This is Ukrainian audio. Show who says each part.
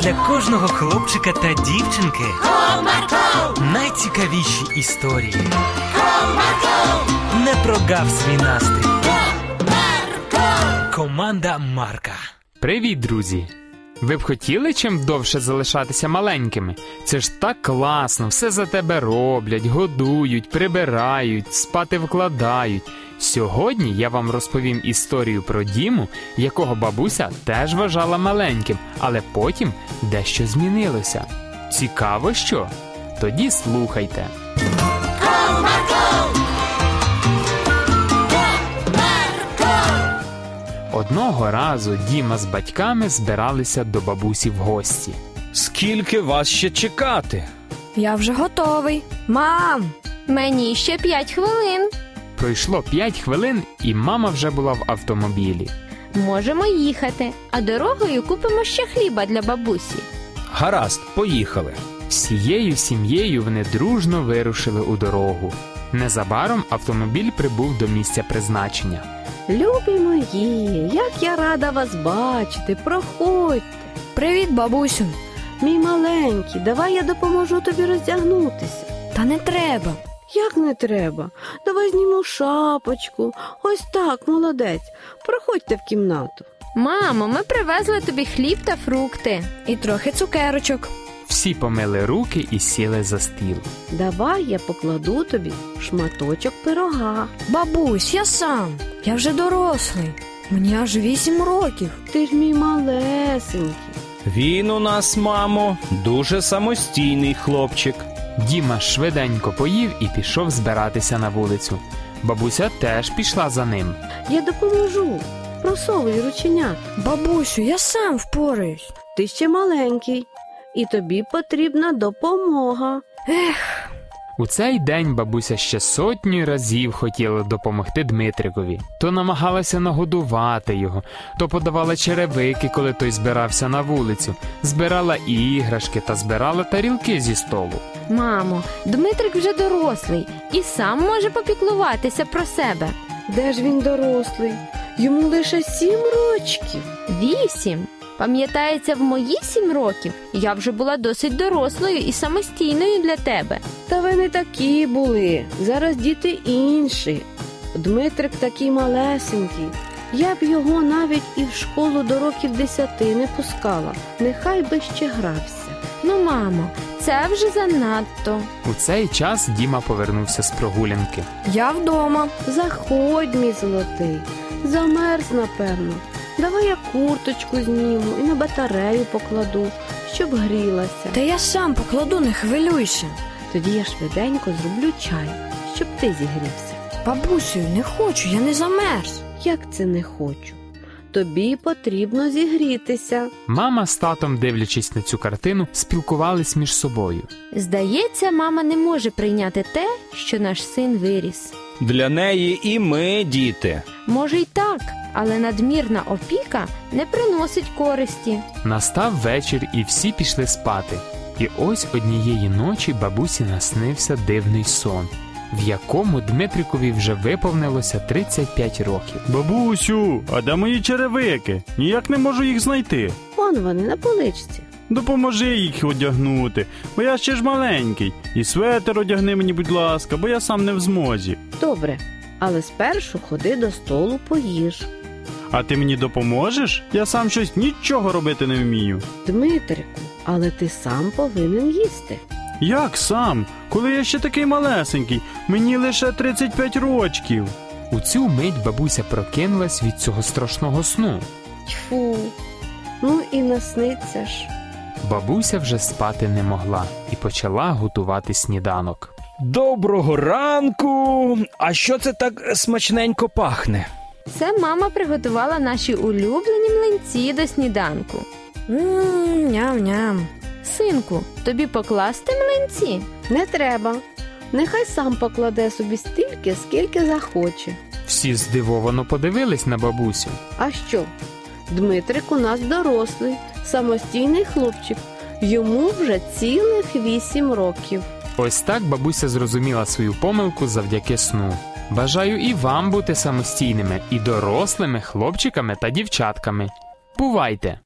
Speaker 1: для кожного хлопчика та дівчинки
Speaker 2: Comarco,
Speaker 1: найцікавіші історії.
Speaker 2: comarco,
Speaker 1: Не прогав свій настрій.
Speaker 2: comarco.
Speaker 1: Команда Марка.
Speaker 3: Привіт, друзі! Ви б хотіли чим довше залишатися маленькими? Це ж так класно, все за тебе роблять, годують, прибирають, спати вкладають. Сьогодні я вам розповім історію про Діму, якого бабуся теж вважала маленьким, але потім дещо змінилося. Цікаво що? Тоді слухайте. Одного разу Діма з батьками збиралися до бабусі в гості.
Speaker 4: Скільки вас ще чекати?
Speaker 5: Я вже готовий. Мам,
Speaker 6: Мені ще п'ять хвилин.
Speaker 3: Пройшло 5 хвилин, і мама вже була в автомобілі.
Speaker 6: Можемо їхати, а дорогою купимо ще хліба для бабусі.
Speaker 4: Гаразд, поїхали.
Speaker 3: Всією сім'єю вони дружно вирушили у дорогу. Незабаром автомобіль прибув до місця призначення.
Speaker 7: Любі мої, як я рада вас бачити. Проходь,
Speaker 5: привіт, бабусю.
Speaker 7: мій маленький, давай я допоможу тобі роздягнутися.
Speaker 5: Та не треба.
Speaker 7: Як не треба? Давай зніму шапочку. Ось так, молодець. Проходьте в кімнату.
Speaker 6: Мамо, ми привезли тобі хліб та фрукти.
Speaker 5: І трохи цукерочок.
Speaker 3: Всі помили руки і сіли за стіл.
Speaker 7: Давай я покладу тобі шматочок пирога.
Speaker 5: Бабусь, я сам. Я вже дорослий. Мені аж вісім років.
Speaker 7: Ти ж мій малесенький.
Speaker 4: Він у нас, мамо, дуже самостійний хлопчик.
Speaker 3: Діма швиденько поїв і пішов збиратися на вулицю. Бабуся теж пішла за ним.
Speaker 7: Я допоможу. Просовуй рученят.
Speaker 5: Бабусю, я сам впораюсь.
Speaker 7: Ти ще маленький, і тобі потрібна допомога.
Speaker 3: У цей день бабуся ще сотні разів хотіла допомогти Дмитрикові. То намагалася нагодувати його, то подавала черевики, коли той збирався на вулицю, збирала іграшки та збирала тарілки зі столу.
Speaker 6: Мамо, Дмитрик вже дорослий і сам може попіклуватися про себе.
Speaker 7: Де ж він дорослий? Йому лише сім рочків.
Speaker 6: Вісім. Пам'ятається, в мої сім років я вже була досить дорослою і самостійною для тебе.
Speaker 7: Та ви не такі були. Зараз діти інші. Дмитрик такий малесенький. Я б його навіть і в школу до років десяти не пускала. Нехай би ще грався.
Speaker 6: Ну, мамо, це вже занадто.
Speaker 3: У цей час Діма повернувся з прогулянки.
Speaker 5: Я вдома.
Speaker 7: Заходь, мій золотий, замерз, напевно. Давай я курточку зніму і на батарею покладу, щоб грілася.
Speaker 5: Та я сам покладу, не хвилюйся.
Speaker 7: Тоді я швиденько зроблю чай, щоб ти зігрівся.
Speaker 5: Бабусю, не хочу, я не замерз.
Speaker 7: Як це не хочу? Тобі потрібно зігрітися.
Speaker 3: Мама з татом, дивлячись на цю картину, спілкувались між собою.
Speaker 6: Здається, мама не може прийняти те, що наш син виріс.
Speaker 4: Для неї і ми, діти.
Speaker 6: Може, й так, але надмірна опіка не приносить користі.
Speaker 3: Настав вечір, і всі пішли спати. І ось однієї ночі бабусі наснився дивний сон, в якому Дмитрикові вже виповнилося 35 років.
Speaker 8: Бабусю, а де мої черевики? Ніяк не можу їх знайти.
Speaker 7: Вон вони на поличці.
Speaker 8: Допоможи їх одягнути, бо я ще ж маленький. І светер одягни мені, будь ласка, бо я сам не в змозі.
Speaker 7: Добре, але спершу ходи до столу поїж.
Speaker 8: А ти мені допоможеш? Я сам щось нічого робити не вмію.
Speaker 7: Дмитрику, але ти сам повинен їсти.
Speaker 8: Як сам? Коли я ще такий малесенький, мені лише 35 рочків.
Speaker 3: У цю мить бабуся прокинулась від цього страшного сну.
Speaker 7: Тьфу. Ну і насниться ж.
Speaker 3: Бабуся вже спати не могла і почала готувати сніданок.
Speaker 4: Доброго ранку. А що це так смачненько пахне?
Speaker 6: Це мама приготувала наші улюблені млинці до сніданку.
Speaker 5: Мм, ням-ням.
Speaker 6: Синку, тобі покласти млинці?
Speaker 7: Не треба. Нехай сам покладе собі стільки, скільки захоче.
Speaker 3: Всі здивовано подивились на бабусю.
Speaker 7: А що? Дмитрик у нас дорослий, самостійний хлопчик. Йому вже цілих вісім років.
Speaker 3: Ось так бабуся зрозуміла свою помилку завдяки сну. Бажаю і вам бути самостійними і дорослими хлопчиками та дівчатками. Бувайте!